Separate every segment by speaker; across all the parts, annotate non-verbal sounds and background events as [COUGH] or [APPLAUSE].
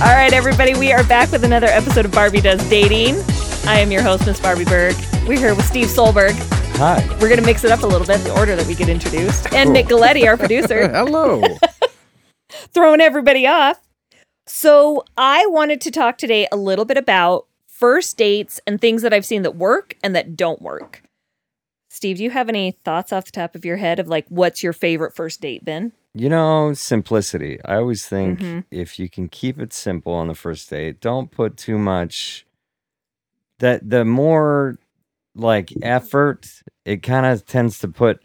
Speaker 1: right, everybody, we are back with another episode of Barbie Does Dating. I am your host, Miss Barbie Berg. We're here with Steve Solberg.
Speaker 2: Hi.
Speaker 1: We're going to mix it up a little bit, the order that we get introduced. And
Speaker 2: Cool.
Speaker 1: Nick Galletti, our producer,
Speaker 2: Hello.
Speaker 1: throwing everybody off. So I wanted to talk today a little bit about first dates and things that I've seen that work and that don't work. Steve, do you have any thoughts off the top of your head of like what's your favorite first date been?
Speaker 2: [LAUGHS] you know, simplicity. I always think
Speaker 1: Mhm.
Speaker 2: if you can keep it simple on the first date, don't put too much that the more like effort, it kind of tends to put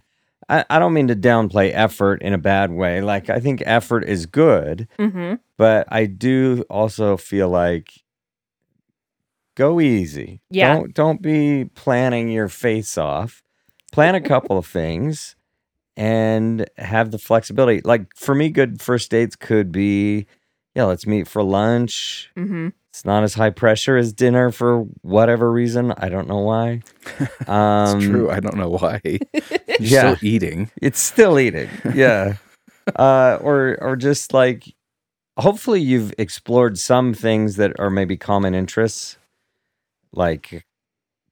Speaker 2: I, I don't mean to downplay effort in a bad way. Like I think effort is good,
Speaker 1: Mm-hmm.
Speaker 2: but I do also feel like go easy.
Speaker 1: Yeah.
Speaker 2: Don't don't be planning your face off. Plan a couple of things and have the flexibility. Like for me, good first dates could be, yeah, let's meet for lunch.
Speaker 1: Mm-hmm.
Speaker 2: It's not as high pressure as dinner for whatever reason. I don't know why. Um,
Speaker 3: [LAUGHS] It's true. I don't know why. [LAUGHS] You're
Speaker 2: Yeah.
Speaker 3: still eating.
Speaker 2: It's still eating. Yeah. uh, or or just like hopefully you've explored some things that are maybe common interests, like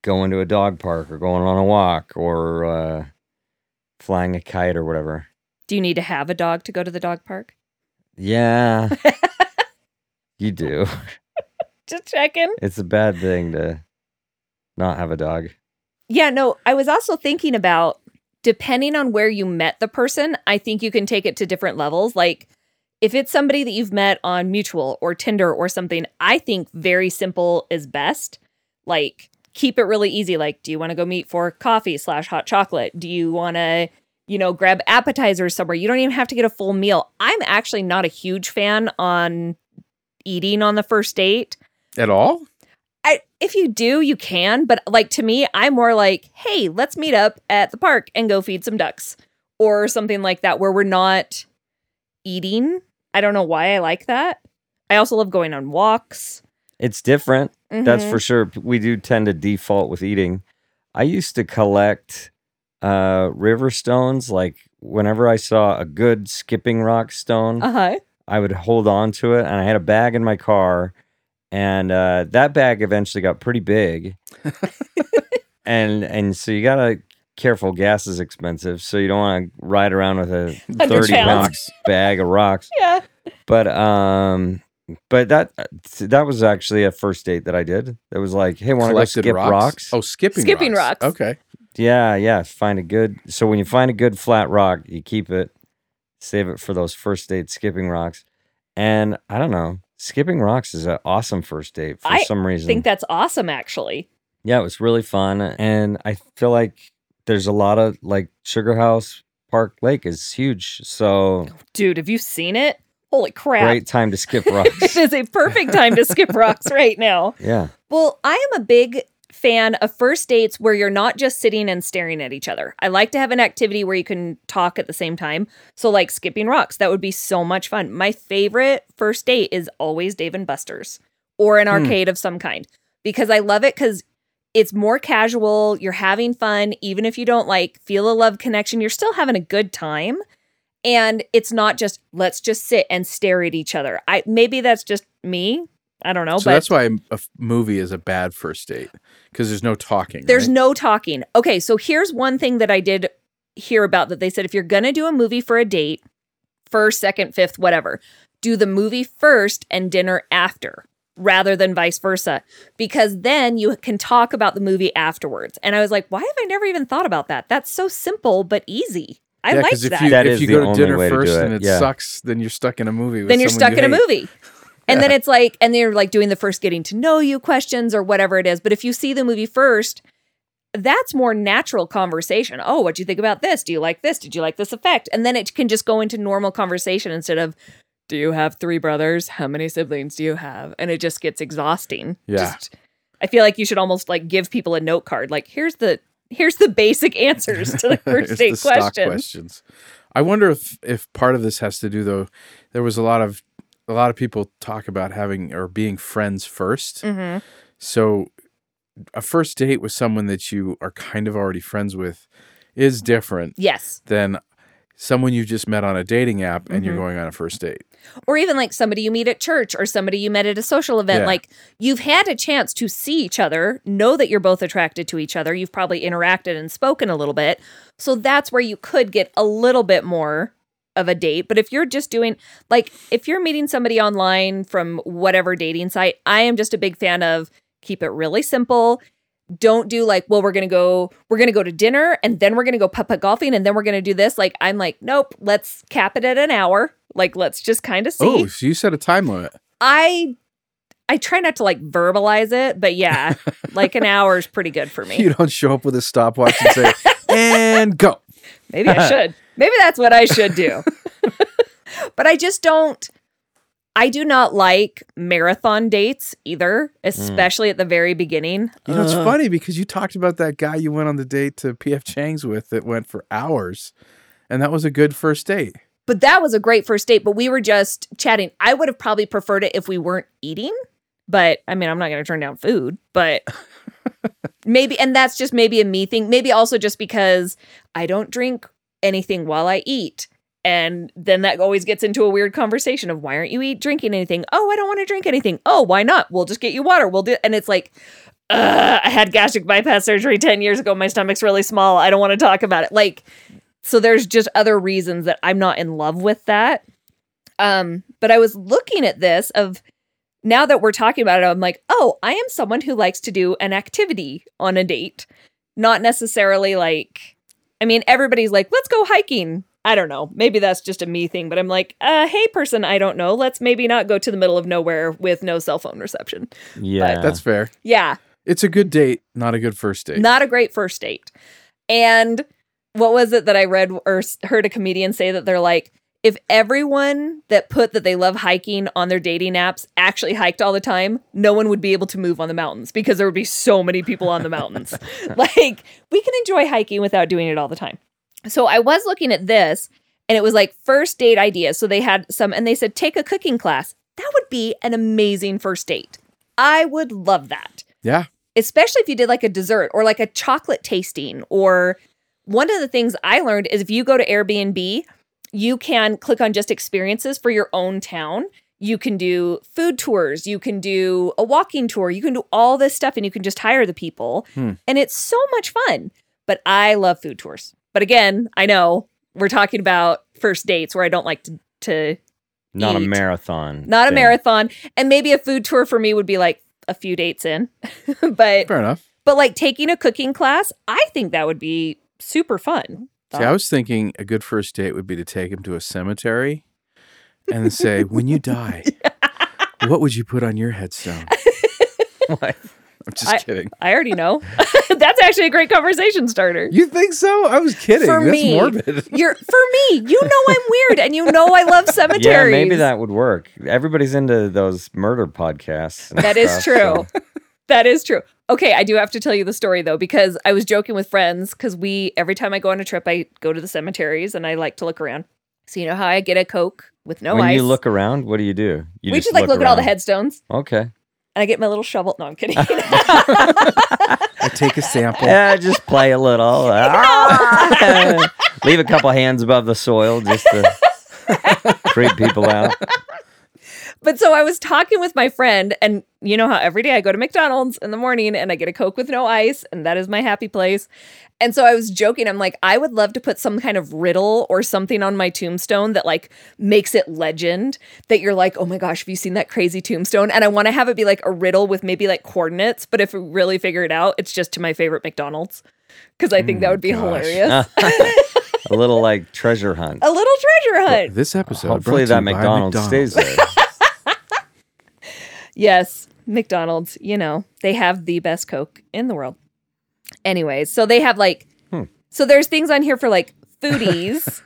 Speaker 2: going to a dog park or going on a walk or uh, flying a kite or whatever.
Speaker 1: Do you need to have a dog to go to the dog park?
Speaker 2: Yeah. you do.
Speaker 1: Just checking.
Speaker 2: It's a bad thing to not have a dog.
Speaker 1: Yeah, no, I was also thinking about depending on where you met the person, I think you can take it to different levels. Like if it's somebody that you've met on Mutual or Tinder or something, I think very simple is best. Like keep it really easy. Like, do you want to go meet for coffee slash hot chocolate? Do you want to, you know, grab appetizers somewhere? You don't even have to get a full meal. I'm actually not a huge fan on eating on the first date.
Speaker 3: At all?
Speaker 1: I, if you do, you can. But like to me, I'm more like, hey, let's meet up at the park and go feed some ducks or something like that, where we're not eating. I don't know why I like that. I also love going on walks.
Speaker 2: It's different. That's
Speaker 1: Mhm.
Speaker 2: for sure. P- We do tend to default with eating. I used to collect uh, river stones. Like whenever I saw a good skipping rock stone,
Speaker 1: uh-huh.
Speaker 2: I would hold on to it. And I had a bag in my car, and uh, that bag eventually got pretty big. and and so you gotta careful. Gas is expensive, so you don't want to ride around with a thirty
Speaker 1: pounds.
Speaker 2: pound bag of rocks
Speaker 1: Yeah.
Speaker 2: but um but that that was actually a first date that I did. That was like, hey, want to go
Speaker 3: Collected
Speaker 2: skip rocks?
Speaker 3: Oh, skipping
Speaker 1: Skipping rocks.
Speaker 3: Okay.
Speaker 2: Yeah, yeah. Find a good. So when you find a good flat rock, you keep it, save it for those first date skipping rocks. And I don't know, skipping rocks is an awesome first date for
Speaker 1: I
Speaker 2: some
Speaker 1: I
Speaker 2: reason.
Speaker 1: think that's awesome, actually.
Speaker 2: yeah, it was really fun, and I feel like there's a lot of like Sugar House Park Lake is huge, so
Speaker 1: Dude, have you seen it? Holy crap.
Speaker 2: great time to skip
Speaker 1: [LAUGHS] It [LAUGHS]
Speaker 2: rocks.
Speaker 1: is a perfect time to skip rocks right now.
Speaker 2: yeah,
Speaker 1: Well, I am a big fan of first dates where you're not just sitting and staring at each other. I like to have an activity where you can talk at the same time. So, like skipping rocks, that would be so much fun. My favorite first date is always Dave and Buster's or an
Speaker 3: Hmm.
Speaker 1: arcade of some kind because I love it because it's more casual. You're having fun. Even if you don't like feel a love connection, you're still having a good time. And it's not just let's just sit and stare at each other. I maybe that's just me. I don't know.
Speaker 3: so
Speaker 1: but
Speaker 3: that's why a f- movie is a bad first date because there's no talking.
Speaker 1: There's
Speaker 3: right?
Speaker 1: no talking. Okay, so here's one thing that I did hear about that they said if you're going to do a movie for a date, first, second, fifth, whatever, do the movie first and dinner after rather than vice versa because then you can talk about the movie afterwards. And I was like, why have I never even thought about that? That's so simple but easy. I
Speaker 3: yeah,
Speaker 1: like
Speaker 3: 'cause if
Speaker 1: that.
Speaker 3: You,
Speaker 2: That
Speaker 3: if
Speaker 2: is
Speaker 3: you
Speaker 2: the
Speaker 3: go to
Speaker 2: only
Speaker 3: dinner
Speaker 2: way to do
Speaker 3: first
Speaker 2: it,
Speaker 3: and it
Speaker 2: yeah.
Speaker 3: sucks, then you're stuck in a movie. With
Speaker 1: then you're
Speaker 3: someone
Speaker 1: stuck
Speaker 3: you
Speaker 1: in a
Speaker 3: hate.
Speaker 1: movie. And then it's like, and they're like doing the first getting to know you questions or whatever it is. But if you see the movie first, that's more natural conversation. Oh, what do you think about this? Do you like this? Did you like this effect? And then it can just go into normal conversation instead of, do you have three brothers? How many siblings do you have? And it just gets exhausting.
Speaker 3: Yeah.
Speaker 1: Just- I feel like you should almost like give people a note card. Like, here's the here's the basic [LAUGHS] answers to the
Speaker 3: [LAUGHS]
Speaker 1: first
Speaker 3: It's
Speaker 1: date
Speaker 3: the stock
Speaker 1: question.
Speaker 3: questions. I wonder if if part of this has to do though. There was a lot of a lot of people talk about having or being friends first.
Speaker 1: Mhm.
Speaker 3: So, a first date with someone that you are kind of already friends with is different
Speaker 1: Yes.
Speaker 3: than someone you just met on a dating app and you're
Speaker 1: Mhm.
Speaker 3: going on a first date.
Speaker 1: or even like somebody you meet at church or somebody you met at a social event
Speaker 3: Yeah.
Speaker 1: like you've had a chance to see each other know that you're both attracted to each other you've probably interacted and spoken a little bit so that's where you could get a little bit more of a date but if you're just doing like if you're meeting somebody online from whatever dating site i am just a big fan of keep it really simple don't do like well we're gonna go we're gonna go to dinner and then we're gonna go putt putt golfing and then we're gonna do this like i'm like nope let's cap it at an hour like let's just kind of see
Speaker 3: Oh, so you set a time limit.
Speaker 1: i i try not to like verbalize it but
Speaker 3: [LAUGHS]
Speaker 1: yeah like an hour is pretty good for me
Speaker 3: You don't show up with a stopwatch
Speaker 1: [LAUGHS]
Speaker 3: and say, and go.
Speaker 1: maybe
Speaker 3: [LAUGHS]
Speaker 1: i should maybe that's what i should do but i just don't i do not like marathon dates either
Speaker 3: Mm.
Speaker 1: especially at the very beginning
Speaker 3: You know, it's
Speaker 1: Ugh.
Speaker 3: funny because you talked about that guy you went on the date to PF Chang's with that went for hours. And that was a good first date.
Speaker 1: but that was a great first date but we were just chatting i would have probably preferred it if we weren't eating but i mean i'm not going to turn down food but maybe and that's just maybe a me thing maybe also just because i don't drink anything while i eat and then that always gets into a weird conversation of why aren't you eat drinking anything oh i don't want to drink anything oh why not we'll just get you water we'll do and it's like Ugh, i had gastric bypass surgery 10 years ago my stomach's really small i don't want to talk about it like so there's just other reasons that I'm not in love with that. Um, but I was looking at this of now that we're talking about it, I'm like, oh, I am someone who likes to do an activity on a date, not necessarily like, I mean, everybody's like, let's go hiking. I don't know. Maybe that's just a me thing, but I'm like, uh, hey, person, I don't know. Let's maybe not go to the middle of nowhere with no cell phone reception.
Speaker 2: Yeah.
Speaker 3: That's fair.
Speaker 1: Yeah.
Speaker 3: It's a good date, not a good first date.
Speaker 1: Not a great first date. And what was it that I read or s- heard a comedian say that they're like, if everyone that put that they love hiking on their dating apps actually hiked all the time, no one would be able to move on the mountains because there would be so many people on the mountains. [LAUGHS] like, we can enjoy hiking without doing it all the time. So I was looking at this and it was like first date ideas. So they had some and they said, take a cooking class. That would be an amazing first date. I would love that
Speaker 3: yeah.
Speaker 1: especially if you did like a dessert or like a chocolate tasting or one of the things i learned is if you go to airbnb you can click on just experiences for your own town you can do food tours you can do a walking tour you can do all this stuff and you can just hire the people
Speaker 3: Hmm.
Speaker 1: and it's so much fun but i love food tours but again i know we're talking about first dates where i don't like to, to
Speaker 2: Not a
Speaker 1: eat.
Speaker 2: marathon.
Speaker 1: not a
Speaker 2: thing.
Speaker 1: marathon and maybe a food tour for me would be like a few dates in [LAUGHS] but
Speaker 3: Fair enough.
Speaker 1: but like taking a cooking class, I think that would be super fun.
Speaker 3: See, I was thinking a good first date would be to take him to a cemetery and then [LAUGHS] say, when you die, what would you put on your [LAUGHS] headstone?
Speaker 2: What?
Speaker 3: I'm just
Speaker 1: I-
Speaker 3: kidding.
Speaker 1: I already know. [LAUGHS] That's actually a great conversation starter.
Speaker 3: You think so? I was kidding.
Speaker 1: For
Speaker 3: That's
Speaker 1: me.
Speaker 3: morbid.
Speaker 1: You're for me. You know I'm weird, and you know I love
Speaker 2: Yeah,
Speaker 1: cemeteries.
Speaker 2: maybe that would work. Everybody's into those murder podcasts. and
Speaker 1: That is
Speaker 2: stuff,
Speaker 1: true.
Speaker 2: so-
Speaker 1: That is true. Okay, I do have to tell you the story though, because I was joking with friends because we every time I go on a trip, I go to the cemeteries and I like to look around. So you know how I get a coke with no
Speaker 2: when
Speaker 1: ice.
Speaker 2: you look around, what do you do? You
Speaker 1: we just, like look at all the
Speaker 2: around.
Speaker 1: headstones,
Speaker 2: Okay.
Speaker 1: and I get my little shovel. No, I'm kidding.
Speaker 3: [LAUGHS]
Speaker 2: [LAUGHS]
Speaker 3: I take a sample. [LAUGHS]
Speaker 2: Yeah, just play
Speaker 1: [LAUGHS]
Speaker 2: a little. Ah! [LAUGHS] Leave a couple hands above the soil just to
Speaker 1: [LAUGHS]
Speaker 2: creep people out.
Speaker 1: But so I was talking with my friend, and you know how every day I go to McDonald's in the morning and I get a Coke with no ice, and that is my happy place. And so I was joking. I'm like, I would love to put some kind of riddle or something on my tombstone that like makes it legend that you're like, oh my gosh, have you seen that crazy tombstone? And I want to have it be like a riddle with maybe like coordinates, but if we really figure it out, it's just to my favorite McDonald's because I think that would be
Speaker 3: gosh.
Speaker 1: hilarious.
Speaker 2: A little like treasure hunt.
Speaker 1: a little treasure hunt.
Speaker 3: This episode. brought
Speaker 2: Hopefully
Speaker 3: to
Speaker 2: that
Speaker 3: you by
Speaker 2: McDonald's,
Speaker 3: McDonald's.
Speaker 1: [LAUGHS]
Speaker 2: stays there.
Speaker 1: Yes, McDonald's, you know, they have the best Coke in the world. Anyways, so they have like, so there's things on here for like foodies.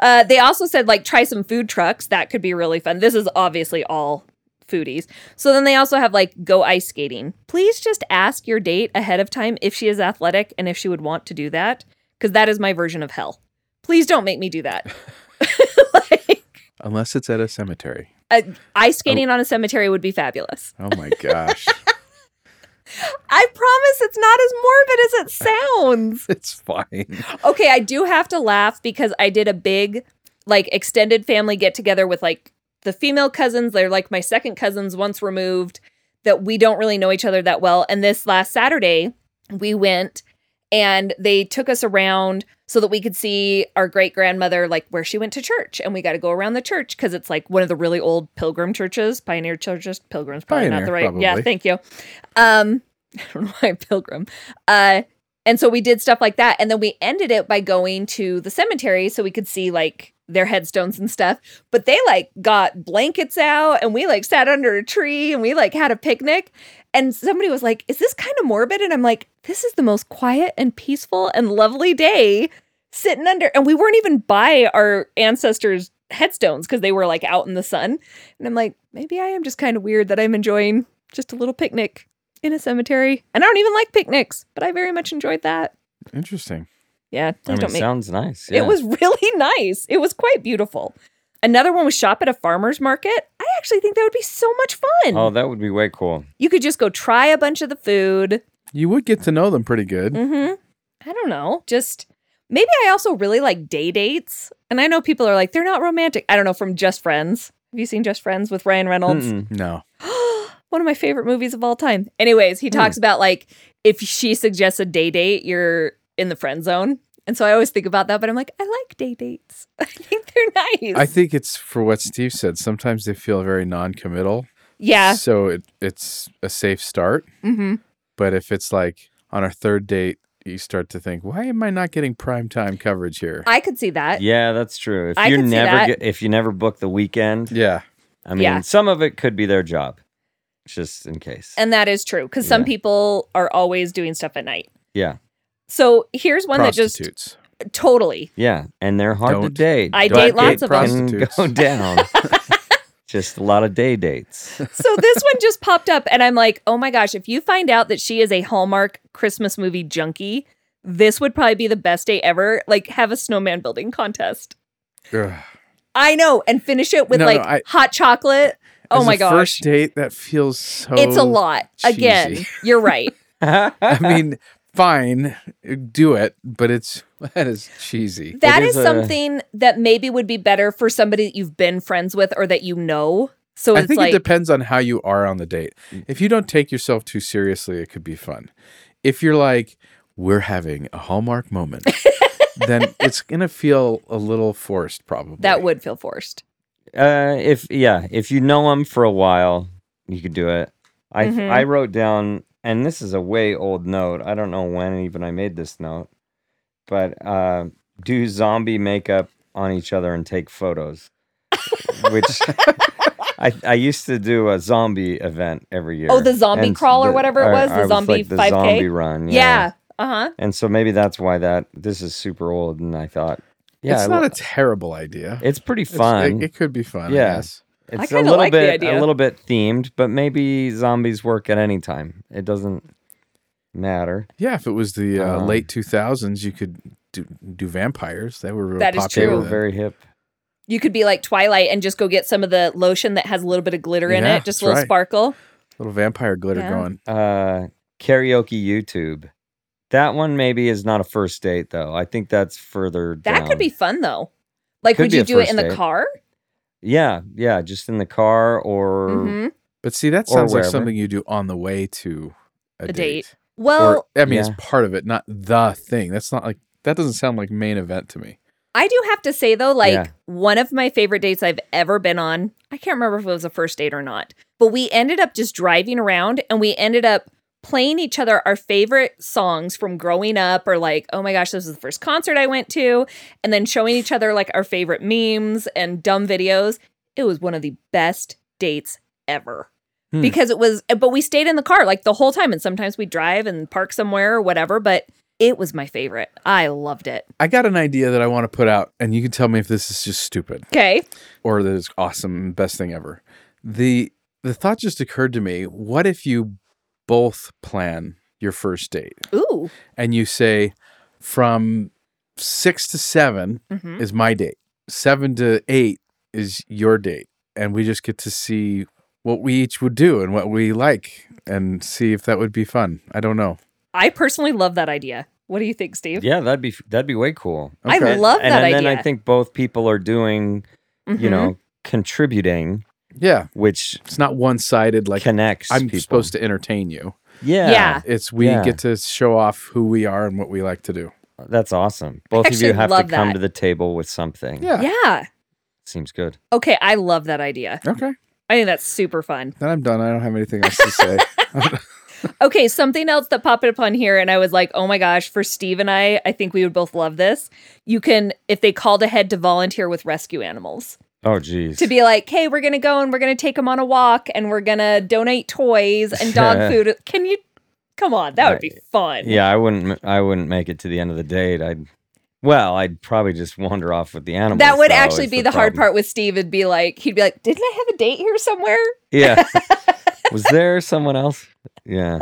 Speaker 1: uh, they also said like try some food trucks. That could be really fun. This is obviously all foodies. So then they also have like go ice skating. Please just ask your date ahead of time if she is athletic and if she would want to do that, because that is my version of hell. Please don't make me do that. [LAUGHS] like,
Speaker 3: Unless it's at a cemetery.
Speaker 1: uh, ice skating on a cemetery would be fabulous.
Speaker 3: Oh my gosh.
Speaker 1: I promise it's not as morbid as it sounds.
Speaker 3: [LAUGHS] It's fine.
Speaker 1: Okay, I do have to laugh because I did a big, like, extended family get together with like the female cousins. They're like my second cousins once removed that we don't really know each other that well. And this last Saturday, we went and they took us around so that we could see our great grandmother, like where she went to church. And we got to go around the church because it's like one of the really old pilgrim churches, pioneer churches, pilgrims, probably not
Speaker 3: Pioneer,
Speaker 1: the right. Yeah,
Speaker 3: probably.
Speaker 1: thank you. Um, [LAUGHS] I don't know why pilgrim. Uh, and so we did stuff like that. And then we ended it by going to the cemetery so we could see like their headstones and stuff. But they like got blankets out and we like sat under a tree and we like had a picnic. And somebody was like, Is this kind of morbid? And I'm like, This is the most quiet and peaceful and lovely day sitting under. And we weren't even by our ancestors' headstones because they were like out in the sun. And I'm like, Maybe I am just kind of weird that I'm enjoying just a little picnic in a cemetery. And I don't even like picnics, but I very much enjoyed that.
Speaker 3: Interesting.
Speaker 1: Yeah,
Speaker 2: I
Speaker 1: please
Speaker 2: mean,
Speaker 1: don't
Speaker 2: it
Speaker 1: make
Speaker 2: sounds nice. Yeah.
Speaker 1: it was [LAUGHS] really nice. It was quite beautiful. Another one was shop at a farmer's market. I actually think that would be so much fun.
Speaker 2: Oh, that would be way cool.
Speaker 1: You could just go try a bunch of the food.
Speaker 3: You would get to know them pretty good.
Speaker 1: hmm I don't know. Just maybe I also really like day dates. And I know people are like, they're not romantic. I don't know from Just Friends. Have you seen Just Friends with Ryan Reynolds?
Speaker 2: Mm-mm.
Speaker 3: No.
Speaker 1: one of my favorite movies of all time. Anyways, he talks about like if she suggests a day date, you're in the friend zone. And so I always think about that, but I'm like, I like day dates. [LAUGHS] I think they're nice.
Speaker 3: I think it's for what Steve said. Sometimes they feel very non-committal.
Speaker 1: yeah.
Speaker 3: So it, it's a safe start.
Speaker 1: Mm-hmm.
Speaker 3: But if it's like on our third date, you start to think, why am I not getting prime time coverage here?
Speaker 1: I could see that.
Speaker 2: Yeah, that's true. If
Speaker 1: I
Speaker 2: you
Speaker 1: could see
Speaker 2: never
Speaker 1: that.
Speaker 2: get, if you never book the weekend,
Speaker 3: yeah.
Speaker 2: I mean,
Speaker 1: Yeah.
Speaker 2: some of it could be their job, just in case.
Speaker 1: And that is true because some
Speaker 2: Yeah.
Speaker 1: people are always doing stuff at night.
Speaker 2: yeah,
Speaker 1: So here's one that just
Speaker 3: prostitutes.
Speaker 1: totally
Speaker 2: yeah, and they're hard to
Speaker 3: Don't.
Speaker 2: date.
Speaker 1: I
Speaker 2: Don't
Speaker 1: date lots
Speaker 2: get
Speaker 1: of them.
Speaker 2: fucking Go
Speaker 1: [LAUGHS]
Speaker 2: down. just a lot of day dates.
Speaker 1: so this one just popped up and i'm like oh my gosh if you find out that she is a hallmark christmas movie junkie this would probably be the best day ever like have a snowman building contest
Speaker 3: Ugh.
Speaker 1: i know and finish it with
Speaker 3: No, no,
Speaker 1: like
Speaker 3: I-
Speaker 1: hot chocolate oh
Speaker 3: As
Speaker 1: my
Speaker 3: a
Speaker 1: gosh
Speaker 3: First date that feels so.
Speaker 1: it's a lot again
Speaker 3: cheesy.
Speaker 1: you're
Speaker 3: [LAUGHS]
Speaker 1: right
Speaker 3: I mean, fine, do it, but it's [LAUGHS] that is cheesy.
Speaker 1: that
Speaker 2: It
Speaker 1: is,
Speaker 2: is a-
Speaker 1: something that maybe would be better for somebody that you've been friends with or that you know so
Speaker 3: I
Speaker 1: it's
Speaker 3: think
Speaker 1: like
Speaker 3: it depends on how you are on the date.
Speaker 2: Mm.
Speaker 3: If you don't take yourself too seriously, it could be fun. If you're like, we're having a
Speaker 1: [LAUGHS]
Speaker 3: Hallmark moment, then it's gonna feel a little forced, probably.
Speaker 1: that would feel forced
Speaker 2: uh, if yeah, if you know them for a while, you could do it. I
Speaker 1: Mhm.
Speaker 2: I wrote down, and this is a way old note. I don't know when even I made this note, but uh, do zombie makeup on each other and take photos, which.
Speaker 1: [LAUGHS]
Speaker 2: I, I used to do a zombie event every year.
Speaker 1: Oh, the zombie
Speaker 2: and
Speaker 1: crawl or whatever it
Speaker 2: I-
Speaker 1: was, the
Speaker 2: I
Speaker 1: zombie
Speaker 2: like the
Speaker 1: 5K?
Speaker 2: zombie run. Yeah.
Speaker 1: yeah uh-huh
Speaker 2: and so maybe that's why that this is super old. And I thought, yeah,
Speaker 3: it's
Speaker 2: I
Speaker 3: not
Speaker 2: lo-
Speaker 3: a terrible idea.
Speaker 2: it's pretty
Speaker 3: It's- it-
Speaker 2: fun.
Speaker 3: It, could be fun.
Speaker 2: Yeah.
Speaker 3: Yes.
Speaker 2: It's a
Speaker 1: kinda
Speaker 2: little
Speaker 1: like the
Speaker 2: bit
Speaker 1: idea.
Speaker 2: a little bit themed, but maybe zombies work at any time. It doesn't matter.
Speaker 3: Yeah. If it was the uh,
Speaker 2: Um,
Speaker 3: late two thousands, you could do, do vampires. They were real
Speaker 1: That is
Speaker 2: They
Speaker 3: popular.
Speaker 2: were
Speaker 1: True.
Speaker 3: then.
Speaker 2: very hip.
Speaker 1: you could be like Twilight and just go get some of the lotion that has a little bit of glitter in
Speaker 3: Yeah,
Speaker 1: it, just
Speaker 3: that's
Speaker 1: a little
Speaker 3: right.
Speaker 1: sparkle.
Speaker 3: little vampire glitter
Speaker 1: Yeah.
Speaker 3: going.
Speaker 2: Uh, karaoke YouTube. That one maybe is not a first date though. I think that's further.
Speaker 1: That
Speaker 2: down.
Speaker 1: could be fun though. Like,
Speaker 2: Could
Speaker 1: would
Speaker 2: be
Speaker 1: you
Speaker 2: a
Speaker 1: do it
Speaker 2: first
Speaker 1: in the
Speaker 2: date.
Speaker 1: car?
Speaker 2: Yeah, yeah, just in the car or
Speaker 1: hmm
Speaker 3: But see, that
Speaker 2: Or
Speaker 3: sounds like
Speaker 2: wherever.
Speaker 3: something you do on the way to a,
Speaker 1: A
Speaker 3: date.
Speaker 1: date. Well,
Speaker 3: or I mean,
Speaker 2: yeah.
Speaker 3: it's part of it, not the thing. That's not like that doesn't sound like main event to me.
Speaker 1: I do have to say though, like
Speaker 2: Yeah.
Speaker 1: one of my favorite dates I've ever been on. I can't remember if it was a first date or not, but we ended up just driving around and we ended up playing each other our favorite songs from growing up or like, oh my gosh, this was the first concert I went to, and then showing each other like our favorite memes and dumb videos. It was one of the best dates ever.
Speaker 2: Hmm.
Speaker 1: Because it was but we stayed in the car like the whole time and sometimes we drive and park somewhere or whatever, but it was my favorite. I loved it.
Speaker 3: I got an idea that I want to put out, and you can tell me if this is just stupid
Speaker 1: Okay.
Speaker 3: or that it's awesome and best thing ever. The the thought just occurred to me, what if you both plan your first date
Speaker 1: Ooh.
Speaker 3: and you say from six to seven
Speaker 1: Mhm.
Speaker 3: is my date. Seven to eight is your date. And we just get to see what we each would do and what we like and see if that would be fun. I don't know.
Speaker 1: I personally love that idea. What do you think, Steve?
Speaker 2: Yeah, that'd be that'd be way cool.
Speaker 1: I love
Speaker 2: and,
Speaker 1: that
Speaker 2: and
Speaker 1: idea.
Speaker 2: then I think both people are doing, you
Speaker 1: Mhm.
Speaker 2: know, contributing,
Speaker 3: Yeah.
Speaker 2: which
Speaker 3: It's not one sided, like
Speaker 2: connects.
Speaker 3: I'm
Speaker 2: people.
Speaker 3: supposed to entertain you.
Speaker 2: Yeah,
Speaker 1: Yeah.
Speaker 3: It's we
Speaker 2: Yeah.
Speaker 3: get to show off who we are and what we like to do.
Speaker 2: that's awesome. Both of
Speaker 1: actually
Speaker 2: you have to
Speaker 1: love
Speaker 2: come
Speaker 1: that.
Speaker 2: to the table with something.
Speaker 3: Yeah.
Speaker 1: Yeah.
Speaker 2: seems good.
Speaker 1: Okay, I love that idea.
Speaker 3: Okay.
Speaker 1: I think that's super fun.
Speaker 3: Then I'm done. I don't have
Speaker 2: [LAUGHS]
Speaker 3: anything else to say.
Speaker 1: Okay, something else that popped up on here, and I was like, oh my gosh, for Steve and I, I think we would both love this. You can, if they called ahead to volunteer with rescue animals,
Speaker 2: Oh, geez.
Speaker 1: to be like, hey, we're going to go and we're going to take them on a walk and we're going to donate toys and
Speaker 2: [LAUGHS]
Speaker 1: dog food. Can you? Come on, that would be fun.
Speaker 2: yeah, I wouldn't. I wouldn't make it to the end of the date. I'd. Well, I'd probably just wander off with the animals.
Speaker 1: That would
Speaker 2: though,
Speaker 1: actually
Speaker 2: is
Speaker 1: be the, hard
Speaker 2: problem.
Speaker 1: part with Steve. It'd be like, he'd be like, didn't I have a date here somewhere? [LAUGHS]
Speaker 2: Yeah. Was there someone else? Yeah.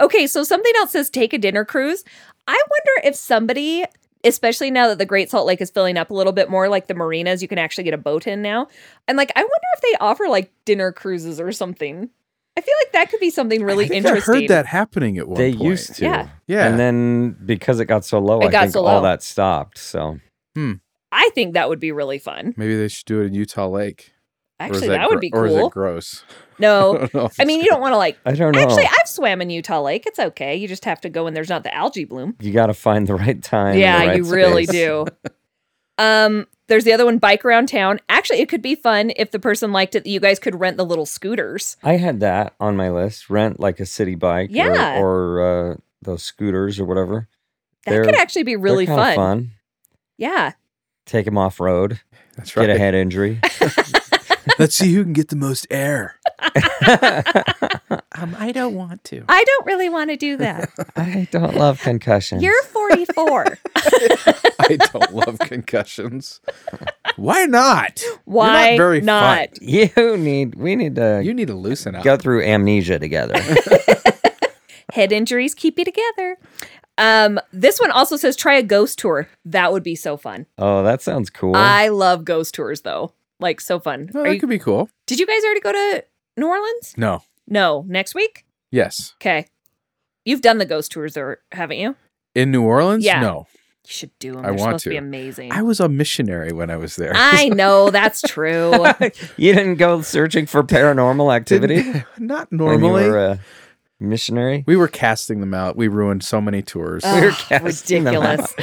Speaker 1: Okay, so something else says take a dinner cruise. I wonder if somebody, especially now that the Great Salt Lake is filling up a little bit more, like the marinas, you can actually get a boat in now. And like, I wonder if they offer like dinner cruises or something. I feel like that could be something really
Speaker 3: I think I
Speaker 1: interesting.
Speaker 3: heard that happening at one
Speaker 2: They
Speaker 3: point.
Speaker 2: used to.
Speaker 1: Yeah.
Speaker 3: Yeah.
Speaker 2: And then because it got so low,
Speaker 1: It
Speaker 2: I
Speaker 1: got
Speaker 2: think
Speaker 1: so low.
Speaker 2: all that stopped. So
Speaker 1: I think that would be really fun.
Speaker 3: Maybe they should do it in Utah Lake. Or is
Speaker 1: Actually, that, would
Speaker 3: gro-
Speaker 1: be
Speaker 3: Or is it
Speaker 1: cool.
Speaker 3: gross?
Speaker 1: [LAUGHS]
Speaker 3: [LAUGHS]
Speaker 1: No,
Speaker 3: don't know if
Speaker 1: I
Speaker 3: it's
Speaker 1: mean, you don't want to like.
Speaker 2: I don't know.
Speaker 1: Actually, I've swam in Utah Lake. It's okay. You just have to go when there's not the algae bloom.
Speaker 2: you got to find the right time. and
Speaker 1: yeah
Speaker 2: the right
Speaker 1: you really
Speaker 2: space. [LAUGHS]
Speaker 1: do um there's the other one bike around town actually it could be fun if the person liked it that you guys could rent the little scooters
Speaker 2: I had that on my list. Rent like a city bike. or-
Speaker 1: Yeah.
Speaker 2: Or, uh, those scooters or whatever.
Speaker 1: that
Speaker 2: They're-
Speaker 1: could actually be really
Speaker 2: They're
Speaker 1: fun.
Speaker 2: kinda fun.
Speaker 1: yeah
Speaker 2: Take them off road.
Speaker 3: That's
Speaker 2: Get a
Speaker 3: right.
Speaker 2: head injury.
Speaker 3: Let's see who can get the most
Speaker 1: [LAUGHS]
Speaker 3: air. Um, I don't want
Speaker 2: [LAUGHS]
Speaker 3: to.
Speaker 1: i don't really want to do that
Speaker 2: [LAUGHS] I don't love concussions.
Speaker 1: you're 44
Speaker 3: I don't love concussions. Why not?
Speaker 1: why
Speaker 3: very
Speaker 1: not?
Speaker 2: You need. We need to
Speaker 3: You need to loosen up.
Speaker 2: go through amnesia together.
Speaker 1: head injuries keep you together um this one also says try a ghost tour that would be so fun
Speaker 2: oh, that sounds cool. [LAUGHS]
Speaker 1: i love ghost tours though like so fun
Speaker 3: No,
Speaker 1: Are
Speaker 3: that
Speaker 1: you-
Speaker 3: could be cool.
Speaker 1: did you guys already go to new orleans
Speaker 3: No.
Speaker 1: no next week
Speaker 3: Yes.
Speaker 1: Okay. You've done the ghost tours, or haven't you? You
Speaker 3: In New Orleans?
Speaker 1: Yeah.
Speaker 3: No.
Speaker 1: should do them.
Speaker 3: I
Speaker 1: They're
Speaker 3: want
Speaker 1: supposed to.
Speaker 3: to.
Speaker 1: be amazing.
Speaker 3: [LAUGHS] I was a missionary when I was there.
Speaker 1: I know that's
Speaker 3: [LAUGHS]
Speaker 1: true.
Speaker 2: you didn't go searching for paranormal
Speaker 3: [LAUGHS]
Speaker 2: activity.
Speaker 3: Didn't- Not
Speaker 2: when you
Speaker 3: normally.
Speaker 2: were a missionary.
Speaker 3: we were casting them out. We ruined so many tours.
Speaker 1: Ugh,
Speaker 2: were casting them out.
Speaker 1: ridiculous.
Speaker 3: [LAUGHS]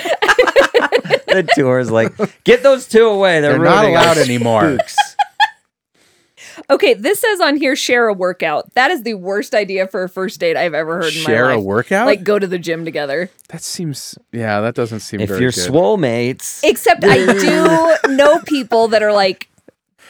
Speaker 2: the tour is like, get those two away. They're,
Speaker 3: They're not
Speaker 2: ruining our
Speaker 3: allowed anymore.
Speaker 2: spooks."
Speaker 1: okay, this says on here share a workout. That is the worst idea for a first date I've ever heard in
Speaker 3: Share
Speaker 1: my
Speaker 3: a
Speaker 1: life.
Speaker 3: workout?
Speaker 1: like go to the gym together.
Speaker 3: that seems, yeah, that doesn't
Speaker 2: [LAUGHS]
Speaker 3: seem
Speaker 2: if
Speaker 3: very
Speaker 2: you're
Speaker 3: good.
Speaker 2: swole mates,
Speaker 1: Except I do know people that are like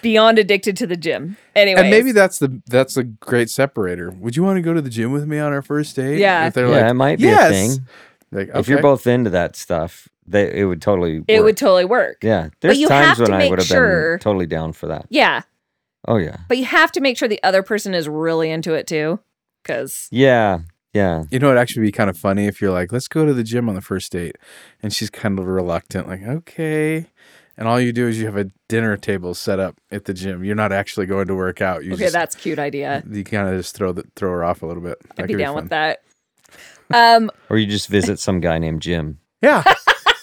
Speaker 1: beyond addicted to the gym. Anyway,
Speaker 3: and maybe that's the that's a great separator. Would you want to go to the gym with me on our first date?
Speaker 1: Yeah.
Speaker 3: If they're
Speaker 2: yeah,
Speaker 3: like,
Speaker 2: it might be a
Speaker 3: yes.
Speaker 2: thing.
Speaker 3: Like,
Speaker 2: If you're
Speaker 3: okay.
Speaker 2: both into that stuff, they, it would totally.
Speaker 1: it
Speaker 2: work.
Speaker 1: would totally work.
Speaker 2: Yeah, there's
Speaker 1: you have
Speaker 2: times
Speaker 1: to
Speaker 2: when I
Speaker 1: make
Speaker 2: would have
Speaker 1: sure-
Speaker 2: been totally down for that.
Speaker 1: yeah,
Speaker 2: Oh yeah,
Speaker 1: but you have to make sure the other person is really into it too, because
Speaker 2: yeah, yeah.
Speaker 3: You know, it'd actually be kind of funny if you're like, let's go to the gym on the first date. And she's kind of reluctant, like, okay. And all you do is you have a dinner table set up at the gym. You're not actually going to work out. You
Speaker 1: okay,
Speaker 3: just,
Speaker 1: that's a cute idea.
Speaker 3: you kind of just throw the, throw her off a little bit.
Speaker 1: I'd
Speaker 3: That could
Speaker 1: be down with
Speaker 3: fun.
Speaker 1: that. Um,
Speaker 2: Or you just visit some guy named Jim.
Speaker 1: [LAUGHS]
Speaker 3: Yeah.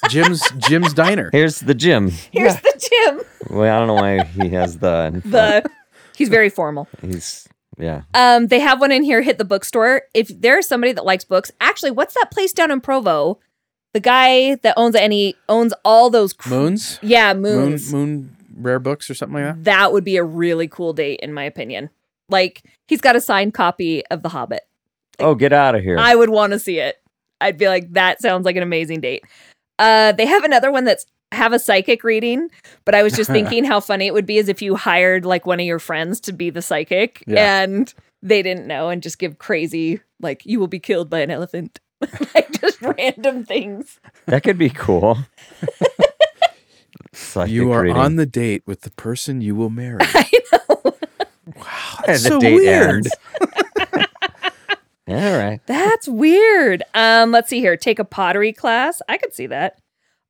Speaker 3: Jim's Jim's diner.
Speaker 2: Here's the Jim.
Speaker 1: here's the Jim.
Speaker 2: Well, I don't know why he has the. in front.
Speaker 1: [LAUGHS] The he's very formal.
Speaker 2: He's yeah.
Speaker 1: Um, they have one in here. Hit the bookstore. If there's somebody that likes books, actually, what's that place down in Provo? The guy that owns it and he owns all those. Cr-
Speaker 3: Moons?
Speaker 1: yeah,
Speaker 3: Moon
Speaker 1: moons.
Speaker 3: moon rare books or something like that.
Speaker 1: That would be a really cool date, in my opinion. Like he's got a signed copy of The Hobbit.
Speaker 2: Oh, get out of here.
Speaker 1: I would want to see it. I'd be like, that sounds like an amazing date. Uh, they have another one that's have a psychic reading, but I was
Speaker 3: [LAUGHS]
Speaker 1: just thinking how funny it would be is if you hired like one of your friends to be the psychic
Speaker 3: Yeah.
Speaker 1: and they didn't know and just give crazy like you will be killed by an elephant, [LAUGHS] like just random things.
Speaker 2: That could be cool. [LAUGHS] Psychic
Speaker 3: you are
Speaker 2: reading. [LAUGHS]
Speaker 3: on the date with the person you
Speaker 1: [LAUGHS]
Speaker 3: will marry.
Speaker 1: I know
Speaker 3: wow.
Speaker 2: Yeah,
Speaker 3: That's
Speaker 2: the
Speaker 3: so
Speaker 2: date
Speaker 3: weird. [LAUGHS]
Speaker 2: Yeah, all right.
Speaker 1: that's weird. Um, let's see here. Take a pottery class. I could see that.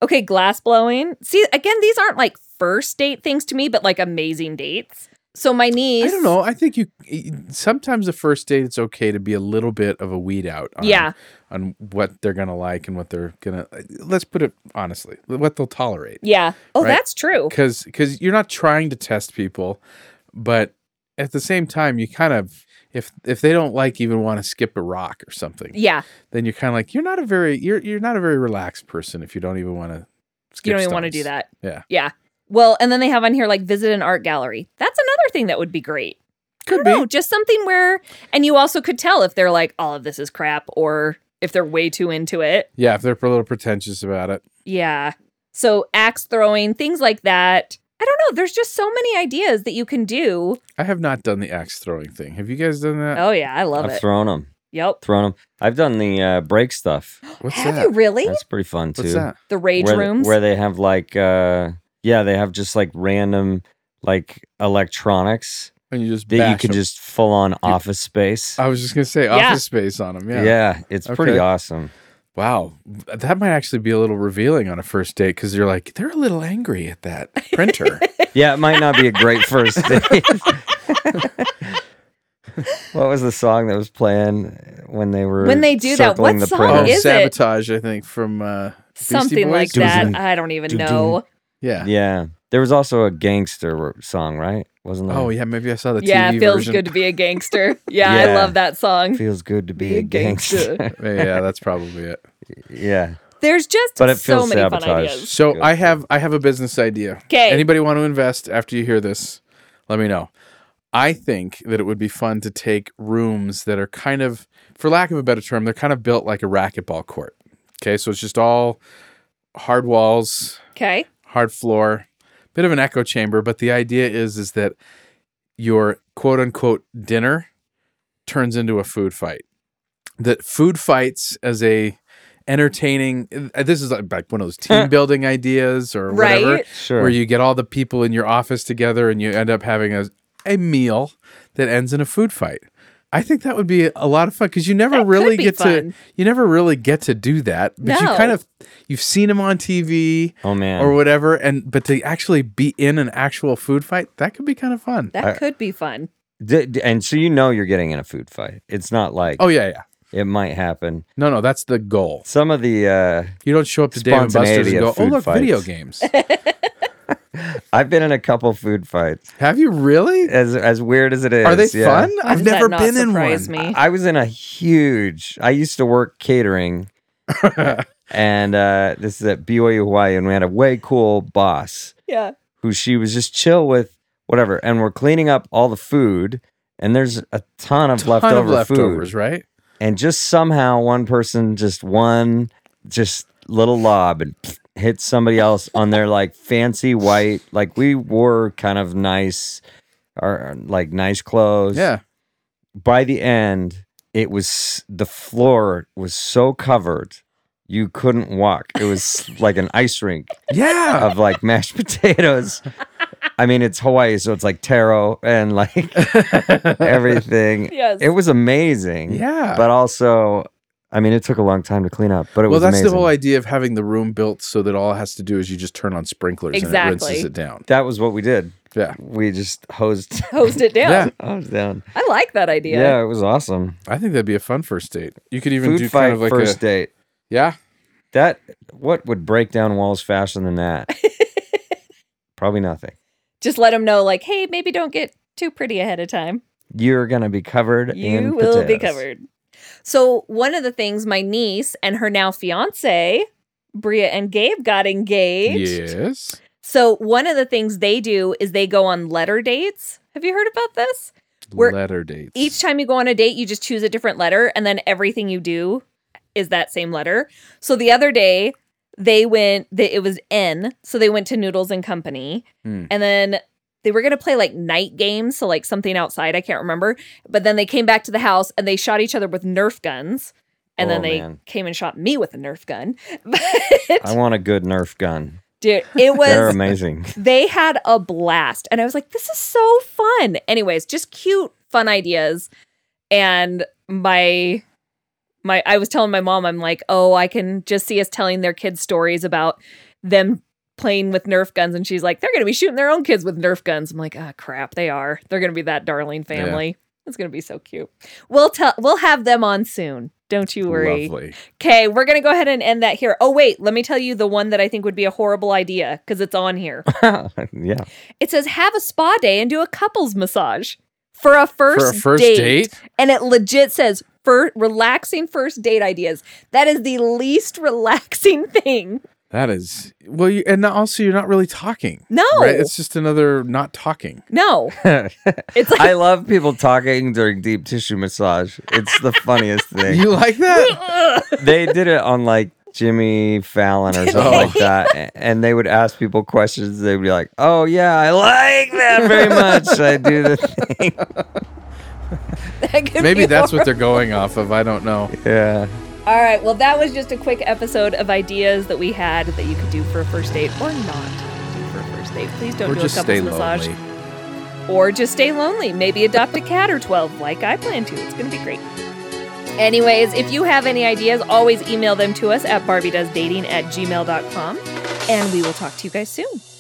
Speaker 1: Okay, glass blowing. See again, these aren't like first date things to me, but like amazing dates. So my niece.
Speaker 3: I don't know. I think you sometimes the first date it's okay to be a little bit of a weed out. On,
Speaker 1: Yeah.
Speaker 3: on what they're gonna like and what they're gonna. Let's put it honestly, what they'll tolerate.
Speaker 1: Yeah. Oh,
Speaker 3: Right.
Speaker 1: that's true.
Speaker 3: because because you're not trying to test people, but at the same time, you kind of if if they don't like even want to skip a rock or something,
Speaker 1: Yeah.
Speaker 3: then you're kind of like you're not a very you're you're not a very relaxed person if you don't even want to. skip
Speaker 1: You don't even want to
Speaker 3: stones.
Speaker 1: do that.
Speaker 3: Yeah.
Speaker 1: Yeah. Well, and then they have on here like visit an art gallery. That's another thing that would be great.
Speaker 3: Could
Speaker 1: I don't
Speaker 3: be.
Speaker 1: know, just something where, and you also could tell if they're like, all of this is crap or if they're way too into it.
Speaker 3: Yeah, if they're a little pretentious about it.
Speaker 1: Yeah. So axe throwing, things like that. I don't know. There's just so many ideas that you can do.
Speaker 3: I have not done the axe throwing thing. Have you guys done that?
Speaker 1: Oh, yeah. I love
Speaker 2: I've
Speaker 1: it.
Speaker 2: thrown them.
Speaker 1: yep.
Speaker 2: Thrown them. I've done the uh, break stuff.
Speaker 3: What's
Speaker 1: have
Speaker 3: that?
Speaker 1: you really?
Speaker 2: That's pretty fun too.
Speaker 3: What's that?
Speaker 1: The rage
Speaker 2: where,
Speaker 1: rooms.
Speaker 2: where they have like uh yeah they have just like random like electronics
Speaker 3: And you just
Speaker 2: that you
Speaker 3: bash
Speaker 2: can
Speaker 3: 'em.
Speaker 2: just full on office space
Speaker 3: I was just gonna say
Speaker 1: Yeah.
Speaker 3: office space on them.
Speaker 2: yeah,
Speaker 3: Yeah.
Speaker 2: it's pretty
Speaker 3: Okay.
Speaker 2: awesome
Speaker 3: Wow, that might actually be a little revealing on a first date because you're like they're a little angry
Speaker 1: [LAUGHS]
Speaker 3: at that printer.
Speaker 2: yeah it might not be a
Speaker 3: [LAUGHS]
Speaker 2: great first date what was the song that was playing when they were
Speaker 1: When they do that,
Speaker 2: circling
Speaker 1: what
Speaker 2: the
Speaker 1: song
Speaker 3: Oh,
Speaker 2: printer?
Speaker 1: is it?
Speaker 3: sabotage! I think from uh, Beastie
Speaker 1: Something
Speaker 3: Boys?
Speaker 1: like
Speaker 2: Doom,
Speaker 1: that.
Speaker 2: doom.
Speaker 1: I don't even
Speaker 2: Doom, doom.
Speaker 1: know.
Speaker 3: yeah.
Speaker 2: yeah there was also a gangster song right wasn't there
Speaker 3: Oh yeah, maybe I saw the
Speaker 1: Yeah,
Speaker 3: TV
Speaker 1: it feels
Speaker 3: version.
Speaker 1: good to be a gangster. [LAUGHS] Yeah, I
Speaker 2: Yeah.
Speaker 1: love that song.
Speaker 2: feels good to be, a gangster, [LAUGHS]
Speaker 3: yeah, that's probably [LAUGHS] it.
Speaker 2: yeah
Speaker 1: There's just
Speaker 2: But it
Speaker 1: so
Speaker 2: feels
Speaker 1: many fun
Speaker 2: sabotage.
Speaker 1: ideas.
Speaker 3: So
Speaker 2: Good.
Speaker 3: I have I have a business idea.
Speaker 1: 'Kay.
Speaker 3: Anybody want to invest after you hear this? Let me know. I think that it would be fun to take rooms that are kind of, for lack of a better term, they're kind of built like a racquetball court. Okay, so it's just all hard walls,
Speaker 1: Okay.
Speaker 3: hard floor, bit of an echo chamber, but the idea is is that your quote unquote dinner turns into a food fight. That food fights as a entertaining uh, this is like like one of those team building ideas or
Speaker 1: Right?
Speaker 3: whatever
Speaker 2: sure
Speaker 3: where you get all the people in your office together and you end up having a a meal that ends in a food fight. I think that would be a lot of fun because you never
Speaker 1: That could
Speaker 3: really
Speaker 1: be
Speaker 3: get
Speaker 1: fun.
Speaker 3: to you never really get to do that. But you
Speaker 1: No.
Speaker 3: kind of you've seen them on TV
Speaker 2: oh man
Speaker 3: or whatever and but to actually be in an actual food fight that could be kind of fun
Speaker 1: That
Speaker 2: I-
Speaker 1: could be fun.
Speaker 2: D- d- and so you know you're getting in a food fight. It's not like
Speaker 3: oh yeah yeah
Speaker 2: it might happen.
Speaker 3: no no that's the goal
Speaker 2: Some of the uh,
Speaker 3: you don't show up to dave and buster's
Speaker 2: Spontaneity
Speaker 3: and
Speaker 2: of
Speaker 3: go oh
Speaker 2: food
Speaker 3: look video
Speaker 2: fights.
Speaker 3: games
Speaker 2: I've been in a couple food fights.
Speaker 3: have you
Speaker 2: [LAUGHS]
Speaker 3: really
Speaker 2: As as weird as it is,
Speaker 3: are they
Speaker 2: yeah.
Speaker 3: fun
Speaker 1: How
Speaker 3: i've
Speaker 1: does that
Speaker 3: never
Speaker 1: not
Speaker 3: been in
Speaker 1: surprise
Speaker 3: one
Speaker 1: Me.
Speaker 2: I was in a huge. I used to work
Speaker 3: [LAUGHS]
Speaker 2: catering, and uh, this is at BYU Hawaii, and we had a way cool boss
Speaker 1: yeah.
Speaker 2: who she was just chill with, whatever. And we're cleaning up all the food, and there's a ton of
Speaker 3: Ton
Speaker 2: leftover
Speaker 3: of leftovers
Speaker 2: food,
Speaker 3: right
Speaker 2: and just somehow one person, just one, just little lob and. Hit somebody else on their like fancy white, like we wore kind of nice, or like nice clothes [LAUGHS]
Speaker 3: yeah
Speaker 2: by the end, it was the floor was so covered you couldn't walk. It was
Speaker 3: [LAUGHS]
Speaker 2: like an ice rink
Speaker 3: yeah
Speaker 2: of like mashed [LAUGHS] potatoes. I mean, it's Hawaii, so it's like taro and
Speaker 3: [LAUGHS]
Speaker 2: like Oh. everything.
Speaker 1: Yes.
Speaker 2: It was amazing.
Speaker 3: Yeah.
Speaker 2: Mm. But also, I mean, it took a long time to clean up, but it
Speaker 3: well
Speaker 2: was
Speaker 3: that's
Speaker 2: amazing.
Speaker 3: the whole idea of having the room built so that all it has to do is you just turn on sprinklers and it
Speaker 1: Exactly.
Speaker 3: rinses it down
Speaker 2: That was what we did.
Speaker 3: yeah
Speaker 2: We just hosed, [LAUGHS]
Speaker 1: Hosed it down.
Speaker 3: Yeah.
Speaker 2: hosed down.
Speaker 1: I like that idea.
Speaker 2: Yeah. it was awesome.
Speaker 3: i think that'd be a fun first date you could even
Speaker 2: Food
Speaker 3: do
Speaker 2: fight
Speaker 3: kind of like
Speaker 2: first
Speaker 3: a
Speaker 2: date.
Speaker 3: yeah
Speaker 2: That what would break down walls faster than that? Probably nothing.
Speaker 1: [LAUGHS] Just let them know, like, hey, maybe don't get too pretty ahead of time.
Speaker 2: You're gonna be covered. in
Speaker 1: You will be
Speaker 2: potatoes.
Speaker 1: covered. So one of the things my niece and her now fiance, Bria and Gabe, got engaged.
Speaker 3: yes
Speaker 1: So one of the things they do is they go on letter dates. Have you heard about this? We're-
Speaker 3: letter dates
Speaker 1: each time you go on a date, you just choose a different letter, and then everything you do is that same letter. So the other day, they went. They, it was N, so they went to Noodles and Company,
Speaker 3: Hmm.
Speaker 1: and then they were gonna play like night games, so like something outside. I can't remember. But then they came back to the house and they shot each other with Nerf guns, and
Speaker 2: Oh,
Speaker 1: then they
Speaker 2: man. Uh,
Speaker 1: came and shot me with a Nerf gun. [LAUGHS]
Speaker 2: I
Speaker 1: But
Speaker 2: want a good Nerf gun. [LAUGHS]
Speaker 1: dude, it
Speaker 2: They're
Speaker 1: was
Speaker 2: amazing. [LAUGHS]
Speaker 1: they had a blast and i was like this is so fun anyways just cute fun ideas and my my i was telling my mom i'm like oh i can just see us telling their kids stories about them playing with Nerf guns, and she's like, they're going to be shooting their own kids with Nerf guns. I'm like, ah, crap, they are. They're going to be that darling family. It's going to be so cute. We'll tell. We'll have them on soon. Don't you worry.
Speaker 3: Lovely.
Speaker 1: Okay, we're gonna go ahead and end that here. Oh wait, let me tell you the one that I think would be a horrible idea because it's on here. [LAUGHS]
Speaker 2: yeah.
Speaker 1: It says have a spa day and do a couples massage for a first,
Speaker 3: For a first
Speaker 1: date.
Speaker 3: date?
Speaker 1: and it legit says for relaxing first date ideas. That is the least [LAUGHS] relaxing thing.
Speaker 3: That is well, you, and also you're not really talking.
Speaker 1: No,
Speaker 3: Right? It's just another
Speaker 2: [LAUGHS]
Speaker 3: not talking.
Speaker 1: no,
Speaker 3: [LAUGHS]
Speaker 1: it's like
Speaker 2: I love people talking during deep tissue massage. It's the funniest
Speaker 1: [LAUGHS]
Speaker 2: thing.
Speaker 3: You like that?
Speaker 2: They did it on like Jimmy Fallon or something like that. a- And they would ask people questions. They'd be like, oh, yeah, I like that very much. I do the [LAUGHS] thing.
Speaker 1: that could
Speaker 3: Maybe
Speaker 1: be
Speaker 3: that's what
Speaker 1: horrible.
Speaker 3: they're going off of. I don't know.
Speaker 2: Yeah.
Speaker 1: All right, well that was just a quick episode of ideas that we had that you could do for a first date or not do for a first date. Please don't
Speaker 3: or
Speaker 1: do
Speaker 3: just
Speaker 1: a
Speaker 3: stay
Speaker 1: couples massage.
Speaker 3: lonely.
Speaker 1: or just stay lonely. Maybe adopt a cat or 12, like I plan to. It's going to be great. Anyways, if you have any ideas, always email them to us at barbiedoesdating at gmail.com. And we will talk to you guys soon.